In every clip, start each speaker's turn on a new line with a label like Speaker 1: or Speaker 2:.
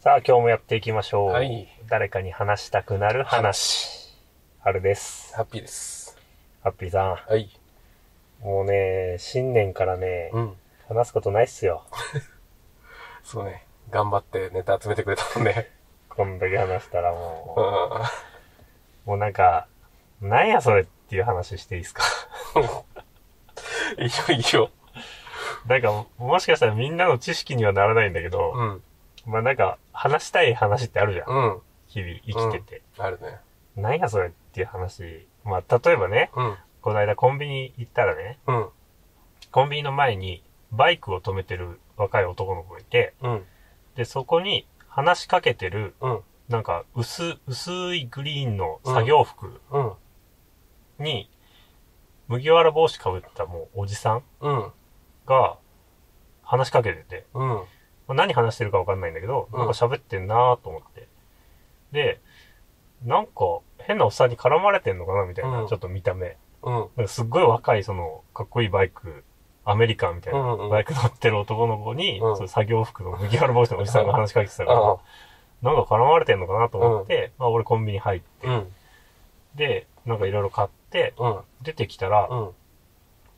Speaker 1: さあ、今日もやっていきましょう。
Speaker 2: はい
Speaker 1: 誰かに話したくなる話。春です。
Speaker 2: ハッピーです。
Speaker 1: ハッピーさ
Speaker 2: はい。
Speaker 1: ん。もうね、新年からね、
Speaker 2: うん。
Speaker 1: 話すことないっすよ。
Speaker 2: そうね。頑張ってネタ集めてくれたもんね。
Speaker 1: こんだけ話したら
Speaker 2: う
Speaker 1: も
Speaker 2: ん。
Speaker 1: う、もうなんか、なんやそれっていう話していいですか
Speaker 2: いいよいいよ。
Speaker 1: なんか、もしかしたらみんなの知識にはならないんだけど、
Speaker 2: うん。
Speaker 1: まあなんか、話したい話ってあるじゃん。
Speaker 2: うん。
Speaker 1: 日々生きてて。
Speaker 2: あるね。
Speaker 1: なんやそれっていう話。まあ、例えばね、
Speaker 2: うん。
Speaker 1: この間コンビニ行ったらね、
Speaker 2: うん。
Speaker 1: コンビニの前にバイクを止めてる若い男の子がいて、
Speaker 2: うん。
Speaker 1: で、そこに話しかけてる、
Speaker 2: うん。
Speaker 1: なんか薄、薄いグリーンの作業服
Speaker 2: うん。
Speaker 1: に、麦わら帽子かぶったもうおじさん
Speaker 2: うん。
Speaker 1: が話しかけてて、
Speaker 2: うん。
Speaker 1: まあ何話してるかわかんないんだけど、
Speaker 2: うん
Speaker 1: なんか喋ってんなと思って。で、なんか変なおっさんに絡まれてんのかなみたいな、
Speaker 2: うん
Speaker 1: ちょっと見た目。
Speaker 2: うん。
Speaker 1: なんかすっごい若い、その、かっこいいバイク、アメリカンみたいな、
Speaker 2: うんうん
Speaker 1: バイク乗ってる男の子に、
Speaker 2: うん
Speaker 1: その作業服の麦わら帽子のおじさんが話しかけてたから、
Speaker 2: あ
Speaker 1: なんか絡まれてんのかなと思って、まあ俺コンビニ入って、
Speaker 2: うん。
Speaker 1: で、なんかいろいろ買って、
Speaker 2: うん。
Speaker 1: 出てきたら、
Speaker 2: うん。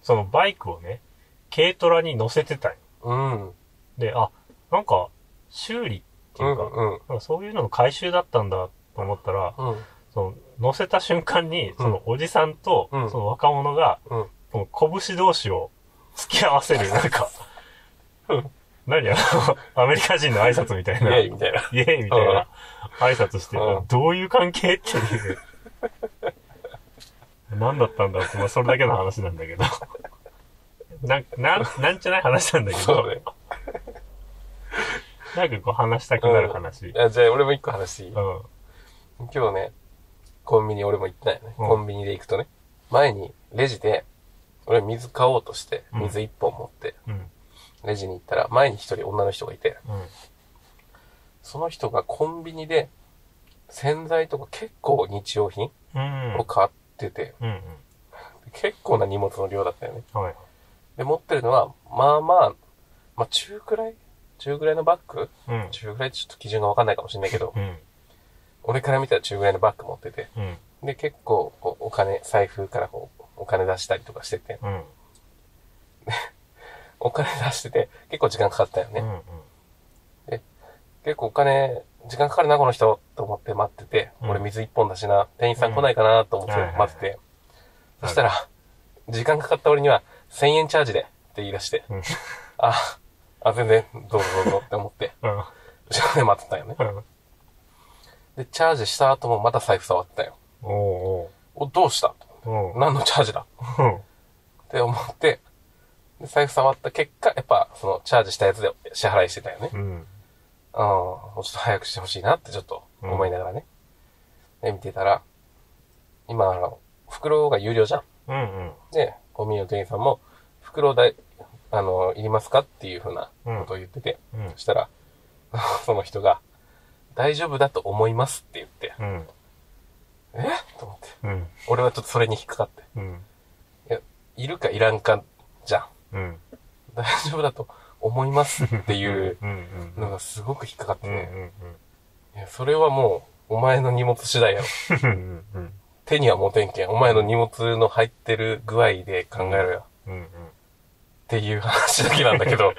Speaker 1: そのバイクをね、軽トラに乗せてたんよ
Speaker 2: うん。
Speaker 1: で、あ、なんか、修理って
Speaker 2: う
Speaker 1: い
Speaker 2: ん。
Speaker 1: うか、
Speaker 2: うん。
Speaker 1: なんかそういうのの回収だったんだと思ったら、
Speaker 2: うん。
Speaker 1: その、乗せた瞬間に、そのおじさんと、
Speaker 2: うん
Speaker 1: その若者が、
Speaker 2: うん。
Speaker 1: この拳同士を突き合わせる、なん か、何や、アメリカ人の挨拶みたい
Speaker 2: イ
Speaker 1: な、
Speaker 2: ェイ
Speaker 1: イ
Speaker 2: みたいな。
Speaker 1: エイみたいな挨拶して
Speaker 2: うん、
Speaker 1: どういう関係っていう。何だったんだって、まあそれだけの話なんだけど。なん、なん、なんじゃない話なんだけ
Speaker 2: そ
Speaker 1: ど
Speaker 2: う、ね。
Speaker 1: なんかこう話したくなる話。
Speaker 2: あじゃあ俺も一個話していい
Speaker 1: うん。
Speaker 2: 今日ね、コンビニ俺も行ったよね。
Speaker 1: うん
Speaker 2: コンビニで行くとね。前にレジで、俺水買おうとして、
Speaker 1: うん
Speaker 2: 水一本持って、
Speaker 1: うん。
Speaker 2: レジに行ったら、前に一人女の人がいて、
Speaker 1: うん。
Speaker 2: その人がコンビニで、洗剤とか結構日用品
Speaker 1: うん。
Speaker 2: を買ってて、
Speaker 1: うん。
Speaker 2: 結構な荷物の量だったよね。
Speaker 1: はい。
Speaker 2: で、持ってるのは、まあまあ、まあ中くらい中くらいのバッグ
Speaker 1: うん。
Speaker 2: 中くらいちょっと基準がわかんないかもしれないけど、
Speaker 1: うん。
Speaker 2: 俺から見たら中くらいのバッグ持ってて、
Speaker 1: うん。
Speaker 2: で、結構、こう、お金、財布からこう、お金出したりとかしてて、
Speaker 1: うん。
Speaker 2: お金出してて、結構時間かかったよ
Speaker 1: う
Speaker 2: ね。
Speaker 1: ん。
Speaker 2: 結構お金、時間かかるな、この人、と思って待ってて、
Speaker 1: うん
Speaker 2: 俺水一本だしな、店員さん来ないかな、と思って
Speaker 1: はいはいはい
Speaker 2: 待ってて、そしたら、時間かかった俺には、1000円チャージで、って言い出して、
Speaker 1: うん。
Speaker 2: あ、あ、全然、どうぞどうぞって思って、
Speaker 1: うん。
Speaker 2: 後ろで待ってたよね。
Speaker 1: うん。
Speaker 2: で、チャージした後もまた財布触ってたよ。
Speaker 1: おう
Speaker 2: お、どうした
Speaker 1: おう。おう。
Speaker 2: 何のチャージだ
Speaker 1: うん。
Speaker 2: って思って、で財布触った結果、やっぱ、その、チャージしたやつで支払いしてたよね。
Speaker 1: うん。
Speaker 2: うん、もうちょっと早くしてほしいなってちょっと思いながらね。で、見てたら、今、あの、袋が有料じゃん。
Speaker 1: うん
Speaker 2: で、ゴミの店員さんも、袋だい、あの、いりますかっていうふうなことを言ってて、
Speaker 1: うん。うん
Speaker 2: そしたら、 その人が、大丈夫だと思いますって言って、
Speaker 1: うん。
Speaker 2: えと思って。
Speaker 1: うん。
Speaker 2: 俺はちょっとそれに引っかかって。
Speaker 1: うん。
Speaker 2: いるかいらんか、じゃん。
Speaker 1: うん。
Speaker 2: 大丈夫だと思いますっていう
Speaker 1: うん。うん。
Speaker 2: のがすごく引っかかって
Speaker 1: うん。
Speaker 2: ね。
Speaker 1: うん。
Speaker 2: いや、それはもう、お前の荷物次第やろ。
Speaker 1: うん。うん。
Speaker 2: 手には持てんけん。お前の荷物の入ってる具合で考えろよ。
Speaker 1: うん。
Speaker 2: っていう話だけなんだ けど。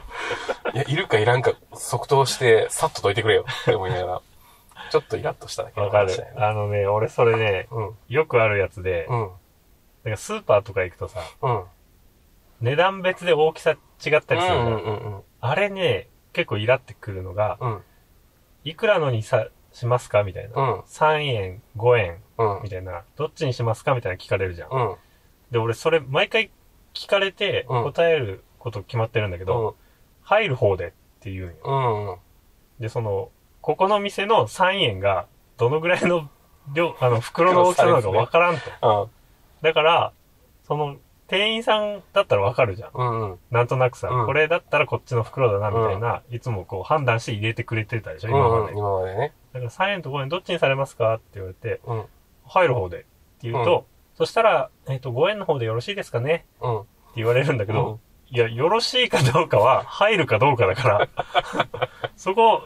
Speaker 2: いや、いるかいらんか、即答して、さっとどいてくれよ。って思いながら。ちょっとイラッとしただけの
Speaker 1: わか
Speaker 2: 話
Speaker 1: る
Speaker 2: だよ。ね。
Speaker 1: あのね、俺それね、
Speaker 2: うん。
Speaker 1: よくあるやつで、
Speaker 2: うん。
Speaker 1: なんかスーパーとか行くとさ、
Speaker 2: うん。
Speaker 1: 値段別で大きさ違ったりするじゃ
Speaker 2: うん
Speaker 1: ん。
Speaker 2: うんうん
Speaker 1: あれね、結構イラってくるのが、
Speaker 2: うん。
Speaker 1: いくらのにさ、しますかみたいな。
Speaker 2: うん。
Speaker 1: 3円、5円、
Speaker 2: うん。
Speaker 1: みたいな。どっちにしますかみたいな聞かれるじゃん。
Speaker 2: うん。うん。
Speaker 1: で、俺それ毎回聞かれて
Speaker 2: うん
Speaker 1: 答えること決まってるんだけど、入る方でって言うんよ。
Speaker 2: うん。うん。
Speaker 1: で、その、ここの店の3円が、どのぐらいの量、あの、袋の大きさなのかわからんと。だから、その、店員さんだったらわかるじゃん。
Speaker 2: うん。うん。
Speaker 1: なんとなくさ、
Speaker 2: うん
Speaker 1: これだったらこっちの袋だな、みたいな、いつもこう判断して入れてくれてたでしょ、今まで。だ
Speaker 2: 今までね。
Speaker 1: から3円と5円どっちにされますかって言われて、
Speaker 2: うん。
Speaker 1: 入る方でって言うと、そしたら、えっ、と、5円の方でよろしいですかね
Speaker 2: うん。
Speaker 1: って言われるんだけど、いや、よろしいかどうかは、入るかどうかだから。 そこ、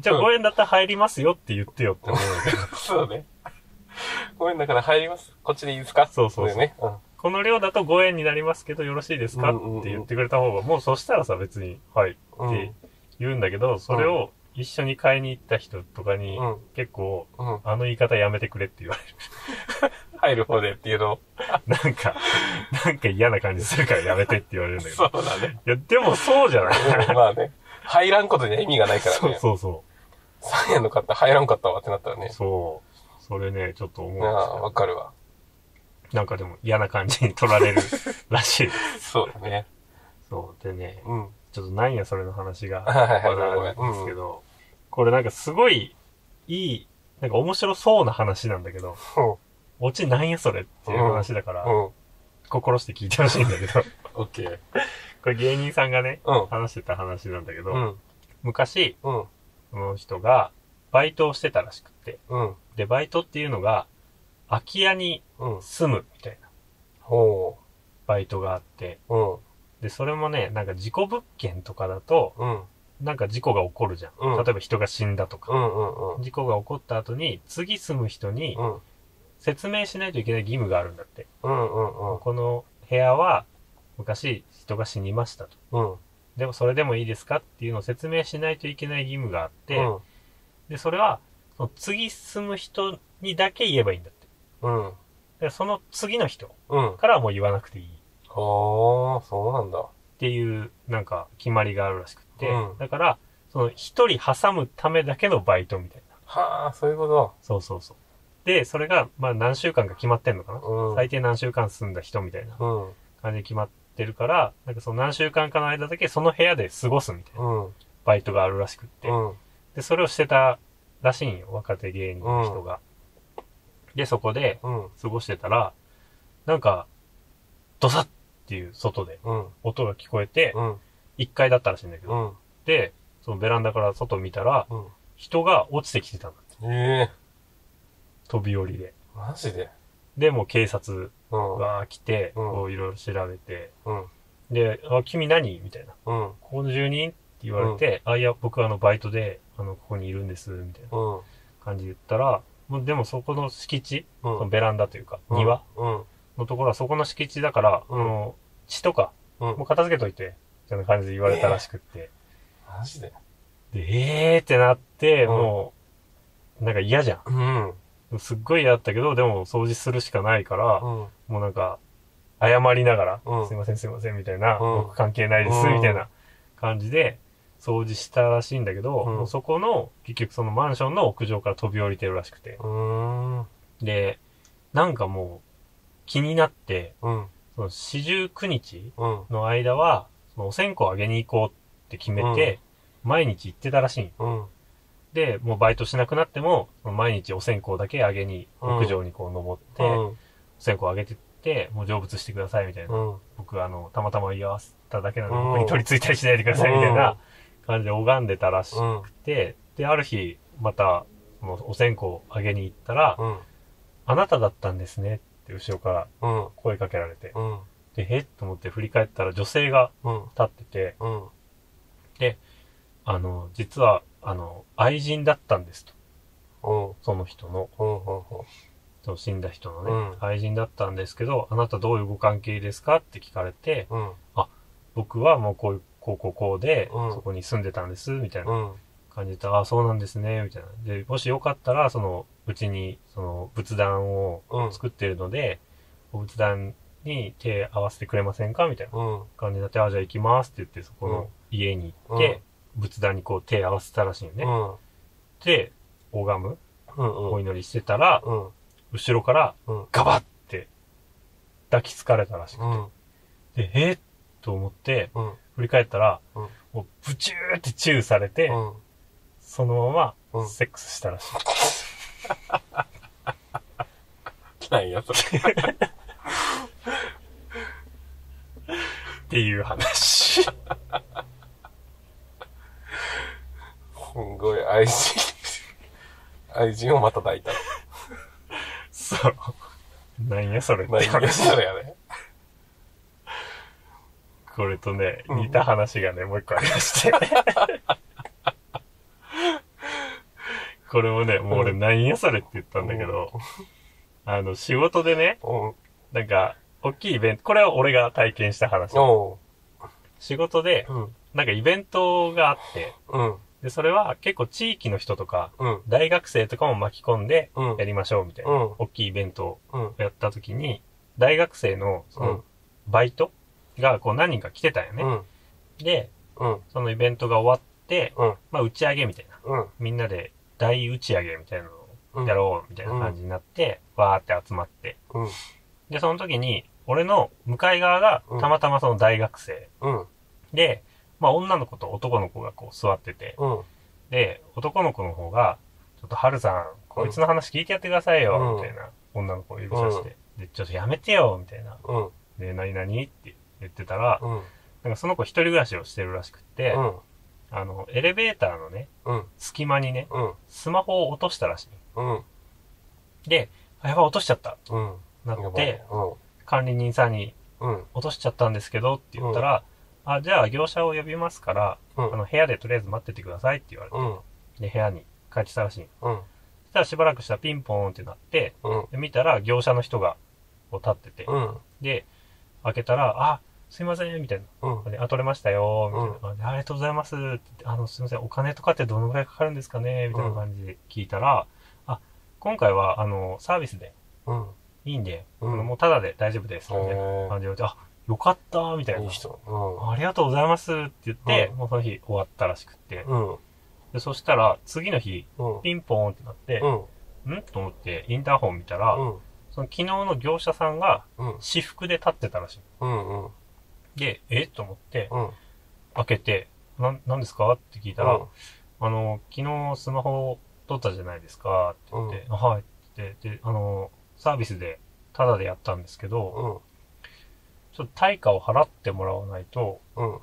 Speaker 1: じゃあ
Speaker 2: うん
Speaker 1: 5円だったら入りますよって言ってよって思う。
Speaker 2: そうね。ごめん、だから入ります。こっちでいいですか
Speaker 1: そうそうそう
Speaker 2: だよね。うん。
Speaker 1: この量だと5円になりますけどよろしいですか
Speaker 2: うんうんうん
Speaker 1: って言ってくれた方が、もうそしたらさ別に、はいって言うんだけど、それを一緒に買いに行った人とかに
Speaker 2: うん
Speaker 1: 結構、
Speaker 2: うん。
Speaker 1: あの言い方やめてくれって言われ る。
Speaker 2: 入る方でっていうのを。
Speaker 1: なんか、なんか嫌な感じするからやめてって言われるんだけ ど。
Speaker 2: うだね。
Speaker 1: いや、でもそうじゃない
Speaker 2: うんまあね。入らんことには意味がないからね。
Speaker 1: そうそうそ
Speaker 2: 3円の買った入らんかったわってなったらね
Speaker 1: う。。そう。それね、ちょっと思うん
Speaker 2: あ
Speaker 1: です
Speaker 2: あ、
Speaker 1: よ
Speaker 2: わかるわ。
Speaker 1: なんかでも嫌な感じに取られるら しいです。
Speaker 2: そうだね。
Speaker 1: そう。でね、
Speaker 2: うん。
Speaker 1: ちょっとなんやそれの話が、
Speaker 2: はいはいはい
Speaker 1: まだあるんですけど、これなんかすごいいい、なんか面白そうな話なんだけど、
Speaker 2: うん。
Speaker 1: オチなんやそれっていう話だから、
Speaker 2: うん。
Speaker 1: 心して聞いてほしいんだけど、
Speaker 2: オッケー。
Speaker 1: これ芸人さんがね、
Speaker 2: うん。
Speaker 1: 話してた話なんだけど、
Speaker 2: うん。
Speaker 1: 昔、
Speaker 2: うん。
Speaker 1: その人がバイトをしてたらしくって、
Speaker 2: うん。
Speaker 1: で、バイトっていうのが、空き家に
Speaker 2: うん。
Speaker 1: 住むみたいな
Speaker 2: ほ
Speaker 1: バイトがあって、
Speaker 2: う。うん。
Speaker 1: で、それもね、なんか事故物件とかだと、
Speaker 2: うん。
Speaker 1: なんか事故が起こるじゃん。
Speaker 2: うん
Speaker 1: 例えば人が死んだと
Speaker 2: う
Speaker 1: か、
Speaker 2: ん。うん。うん。
Speaker 1: 事故が起こった後に、次住む人に
Speaker 2: うん。
Speaker 1: 説明しないといけない義務があるんだって。
Speaker 2: うん。うん。
Speaker 1: この部屋は昔人が死にましたと。
Speaker 2: うん。
Speaker 1: でもそれでもいいですかっていうのを説明しないといけない義務があって、
Speaker 2: うん。
Speaker 1: で、それは、その次住む人にだけ言えばいいんだって。
Speaker 2: うん。
Speaker 1: でその次の人
Speaker 2: うん。
Speaker 1: からはもう言わなくていいっ
Speaker 2: ほー、そうなんだ。
Speaker 1: ていう、なんか決まりがあるらしくて、
Speaker 2: うん
Speaker 1: だから、その一人挟むためだけのバイトみたいな。
Speaker 2: はー、そういうこ
Speaker 1: そうそうそう。で、それが、まあ何週間か決まってんのかな、
Speaker 2: と。うん。
Speaker 1: 最低何週間住んだ人みたいな
Speaker 2: うん。
Speaker 1: 感じで決まってるから、なんかその何週間かの間だけその部屋で過ごすみたいな
Speaker 2: うん。
Speaker 1: バイトがあるらしくって。
Speaker 2: うん。
Speaker 1: で、それをしてたらしいんよ、若手芸人の人が。で、そこで
Speaker 2: うん。
Speaker 1: 過ごしてたら、なんか、ドサッっていう外で
Speaker 2: うん。
Speaker 1: 音が聞こえて、
Speaker 2: うん。
Speaker 1: 1階だったらしいんだけ
Speaker 2: う
Speaker 1: ど、
Speaker 2: ん。
Speaker 1: で、そのベランダから外見たら、
Speaker 2: うん。
Speaker 1: 人が落ちてきてたの。
Speaker 2: ええ
Speaker 1: 飛び降りで。
Speaker 2: ー、マジで。
Speaker 1: で、もう警察
Speaker 2: うん。うん。
Speaker 1: が来て、
Speaker 2: うん
Speaker 1: こういろいろ調べて、
Speaker 2: うん。
Speaker 1: で、あ、君何みたいな。
Speaker 2: うん。
Speaker 1: ここの住人って言われて、あ、いや、僕あの、バイトで、あの、ここにいるんです、みたいな
Speaker 2: うん。
Speaker 1: 感じで言ったら、もうでもそこの敷地、
Speaker 2: う
Speaker 1: その
Speaker 2: ん。
Speaker 1: ベランダというか、庭
Speaker 2: うん。
Speaker 1: のところはそこの敷地だから、
Speaker 2: うん
Speaker 1: あの、血とか、
Speaker 2: うん
Speaker 1: もう。片付けといて、みたいな感じで言われたらしくって。
Speaker 2: マジで。
Speaker 1: で、えーってなって、
Speaker 2: うん
Speaker 1: もう、なんか嫌じゃ
Speaker 2: うん。うん。
Speaker 1: ん。すっごい嫌だったけど、でも掃除するしかないから、もうなんか、謝りながら、
Speaker 2: うん
Speaker 1: すいませんすいませんみたいな、
Speaker 2: うん
Speaker 1: 僕関係ないです、
Speaker 2: うん
Speaker 1: みたいな感じで、掃除したらしいんだけど、
Speaker 2: うん
Speaker 1: もうそこの、結局そのマンションの屋上から飛び降りてるらしくて。
Speaker 2: うん。
Speaker 1: で、なんかもう、気になって、
Speaker 2: うん。
Speaker 1: その四十九日
Speaker 2: うん。
Speaker 1: の間は、そのお線香をあげに行こうって決めて、毎日行ってたらしいん。
Speaker 2: うん。
Speaker 1: で、もうバイトしなくなっても、その毎日お線香だけあげに、
Speaker 2: うん
Speaker 1: 屋上にこう登って、お線香あげてって、もう成仏してくださいみたいな。
Speaker 2: うん。
Speaker 1: 僕あの、たまたま言わせただけなので、
Speaker 2: うん
Speaker 1: 僕に取り付いたりしないでくださいみたいな感じで拝んでたらし
Speaker 2: うん。
Speaker 1: くて、で、ある日、また、そのお線香をあげに行ったら、
Speaker 2: うん。
Speaker 1: あなただったんですねって後ろから
Speaker 2: うん。
Speaker 1: 声かけられて、
Speaker 2: うん。
Speaker 1: で、へっと思って振り返ったら女性が
Speaker 2: うん。
Speaker 1: 立ってて、
Speaker 2: うん。
Speaker 1: あの、実は、あの、愛人だったんですと。
Speaker 2: うん。
Speaker 1: その人の、
Speaker 2: うん。
Speaker 1: その死んだ人のね、
Speaker 2: うん
Speaker 1: 愛人だったんですけど、あなたどういうご関係ですかって聞かれて、
Speaker 2: うん。うん。
Speaker 1: 僕はもうこういう、こうこうこうで、
Speaker 2: うん
Speaker 1: そこに住んでたんです、みたいな
Speaker 2: うん。
Speaker 1: 感じで、ああ、そうなんですね、みたいな。で、もしよかったら、その、うちに、その、仏壇を
Speaker 2: うん。
Speaker 1: 作ってるので、お仏壇に手合わせてくれませんかみたいな
Speaker 2: うん。
Speaker 1: 感じになって、ああ、じゃあ行きますって言って、そこ
Speaker 2: うん
Speaker 1: の家に行って、仏壇にこう手合わせたらしいよね。
Speaker 2: うん。
Speaker 1: で、拝む、
Speaker 2: うん。
Speaker 1: お祈りしてたら、
Speaker 2: うん。
Speaker 1: 後ろから
Speaker 2: うん。
Speaker 1: ガバって抱きつかれたらしく
Speaker 2: うん。
Speaker 1: て、でえー、と思って、
Speaker 2: うん。
Speaker 1: 振り返ったら、
Speaker 2: うん
Speaker 1: もうブチューってチューされて、
Speaker 2: うん。
Speaker 1: そのま
Speaker 2: う
Speaker 1: ま
Speaker 2: ん
Speaker 1: セックスしたらしい。
Speaker 2: ないや、それ。
Speaker 1: っていう 話。
Speaker 2: すんごい愛人。愛人をまた抱いた。
Speaker 1: そう。なんやそれっ
Speaker 2: まあ、
Speaker 1: て
Speaker 2: いや、
Speaker 1: 話。
Speaker 2: それやね。
Speaker 1: これとね、
Speaker 2: うん
Speaker 1: 似た話がね、もう一個ありまして。これをね、もう俺、
Speaker 2: う
Speaker 1: なんやそれって言ったんだけど、あの、仕事でね、
Speaker 2: うん。
Speaker 1: なんか、大きいイベント、これは俺が体験した話。
Speaker 2: お
Speaker 1: 仕事で
Speaker 2: う。、うん。
Speaker 1: なんかイベントがあって、
Speaker 2: うん。
Speaker 1: で、それは結構地域の人とか、
Speaker 2: うん。
Speaker 1: 大学生とかも巻き込んで
Speaker 2: うん
Speaker 1: やりましょうみたいな、
Speaker 2: うん
Speaker 1: 大きいイベント
Speaker 2: うん。
Speaker 1: をやった時に、大学生のそうの
Speaker 2: ん
Speaker 1: バイトがこう何人か来てたよ
Speaker 2: う
Speaker 1: ね。
Speaker 2: ん。
Speaker 1: で、
Speaker 2: うん。
Speaker 1: そのイベントが終わって、
Speaker 2: うん。
Speaker 1: まあ打ち上げみたいな。
Speaker 2: うん。
Speaker 1: みんなで大打ち上げみたいなのを
Speaker 2: うん。
Speaker 1: やろうみたいな感じになって、わーって集まって。
Speaker 2: うん。
Speaker 1: で、その時に、俺の向かい側がたまたまその大学生
Speaker 2: うん。
Speaker 1: で、まあ女の子と男の子がこう座ってて、
Speaker 2: うん。
Speaker 1: で、男の子の方が、ちょっと春さん、こいつの話聞いてやってくださいよ、
Speaker 2: うん
Speaker 1: みたいな、女の子を指さして、で、ちょっとやめてよ、みたいな、
Speaker 2: うん。うん。
Speaker 1: で、何々って言ってたら、
Speaker 2: うん。
Speaker 1: なんかその子一人暮らしをしてるらしくって、
Speaker 2: うん。
Speaker 1: あの、エレベーターのね、
Speaker 2: うん。
Speaker 1: 隙間にね、
Speaker 2: うん。
Speaker 1: スマホを落としたらし
Speaker 2: うん。
Speaker 1: い。で、あやばい落としちゃった、
Speaker 2: うん。
Speaker 1: な
Speaker 2: や
Speaker 1: っ
Speaker 2: ば
Speaker 1: て
Speaker 2: い、うん。
Speaker 1: 管理人さんに、
Speaker 2: うん。
Speaker 1: 落としちゃったんですけど、って言ったら、あ、じゃあ業者を呼びますから、
Speaker 2: う
Speaker 1: あ
Speaker 2: ん。
Speaker 1: の、部屋でとりあえず待っててくださいって言われて、
Speaker 2: うん。
Speaker 1: で、部屋に帰ってたらしい。
Speaker 2: うん。
Speaker 1: そしたらしばらくしたらピンポーンってなって、
Speaker 2: うん。
Speaker 1: で見たら業者の人がこう立ってて、
Speaker 2: うん。
Speaker 1: で、開けたら、あ、すいません、みたい
Speaker 2: うん。
Speaker 1: な。であ、取れましたよ、みたいな感じで、ありがとうございますって言って、あの、すいません、お金とかってどのぐらいかかるんですかねみたいな感じで聞いたら、あ、今回は、あの、サービスで
Speaker 2: うん。
Speaker 1: いいんで、
Speaker 2: うん
Speaker 1: あのもうタダで大丈夫です、みたいな
Speaker 2: へ
Speaker 1: 感じで言われて、あ、よかった、みたい
Speaker 2: え。い。
Speaker 1: ない
Speaker 2: 人。う
Speaker 1: ありがとうございますって言って、
Speaker 2: うん
Speaker 1: もうその日終わったらしくって。
Speaker 2: ん。うん。
Speaker 1: でそしたら、次の日、
Speaker 2: うん。
Speaker 1: ピンポーンってなって
Speaker 2: う、ん。
Speaker 1: んと思って、インターホン見たら、
Speaker 2: うん。
Speaker 1: その昨日の業者さんが
Speaker 2: うん。
Speaker 1: 私服で立ってたらし
Speaker 2: うん。うん。
Speaker 1: い。で、えと思って、
Speaker 2: うん。
Speaker 1: 開けて、な、なんですかって聞いたら、あの、昨日スマホ撮ったじゃないですかって言って、はいって言って、で、あの、サービスで、タダでやったんですけど、
Speaker 2: うん。
Speaker 1: ちょっと対価を払ってもらわないと、
Speaker 2: うん。
Speaker 1: ちょ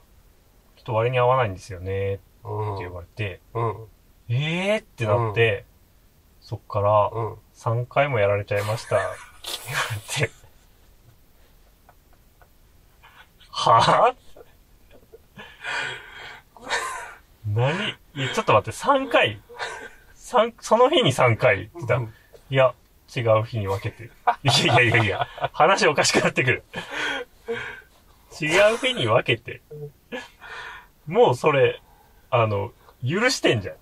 Speaker 1: っと割に合わないんですよね、って
Speaker 2: うん。
Speaker 1: 言われて、
Speaker 2: うん。
Speaker 1: えーってなって、そっから、
Speaker 2: うん。
Speaker 1: 3回もやられちゃいました。って言われて。はぁ何いや、ちょっと待って、3回三その日に3回って言った。
Speaker 2: うん
Speaker 1: いや、違う日に分けて。いやいやいやいや、話おかしくなってくる。違う日に分けて。もうそれ、あの、許してんじゃん。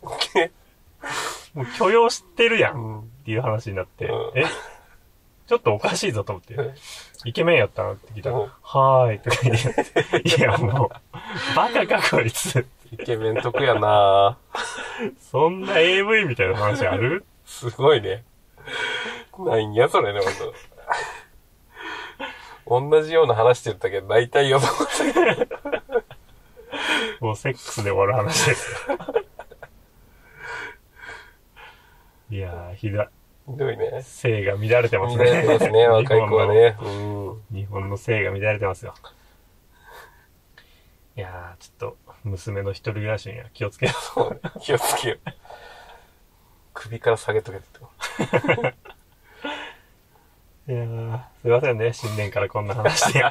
Speaker 1: もう許容してるやん。
Speaker 2: うん。
Speaker 1: っていう話になって、
Speaker 2: うん
Speaker 1: え、ちょっとおかしいぞと思って
Speaker 2: うん、
Speaker 1: イケメンやったなって聞いたら、
Speaker 2: うん
Speaker 1: はーいとか言って、いやもう、バカかこいつ。
Speaker 2: イケメン得やな
Speaker 1: そんな AV みたいな話ある
Speaker 2: すごいね。ないんや、それね、ほんと。同じような話してたけど、大体予想ついてる。
Speaker 1: もうセックスで終わる話ですよ。いやー、ひだ、
Speaker 2: ひどいね。
Speaker 1: 性が乱れてます
Speaker 2: 見
Speaker 1: ね
Speaker 2: ら。れてますね、若い子はね。うん。
Speaker 1: 日本の性が乱れてますよ。いやー、ちょっと、娘の一人暮らしには気をつけよう
Speaker 2: そうね。気をつけよう。首から下げとけってこと。
Speaker 1: いやーすいませんね、新年からこんな話 で。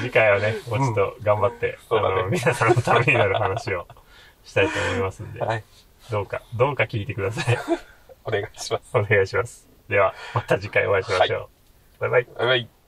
Speaker 1: 次回はね、もうちょっと頑張って、
Speaker 2: そう
Speaker 1: あ
Speaker 2: だね
Speaker 1: の、皆さんのためになる話をしたいと思いますんで、
Speaker 2: はい。
Speaker 1: どうか、どうか聞いてください。
Speaker 2: お願いします。
Speaker 1: お願いします。では、また次回お会いしましょう。バイバイ。
Speaker 2: バイバイ。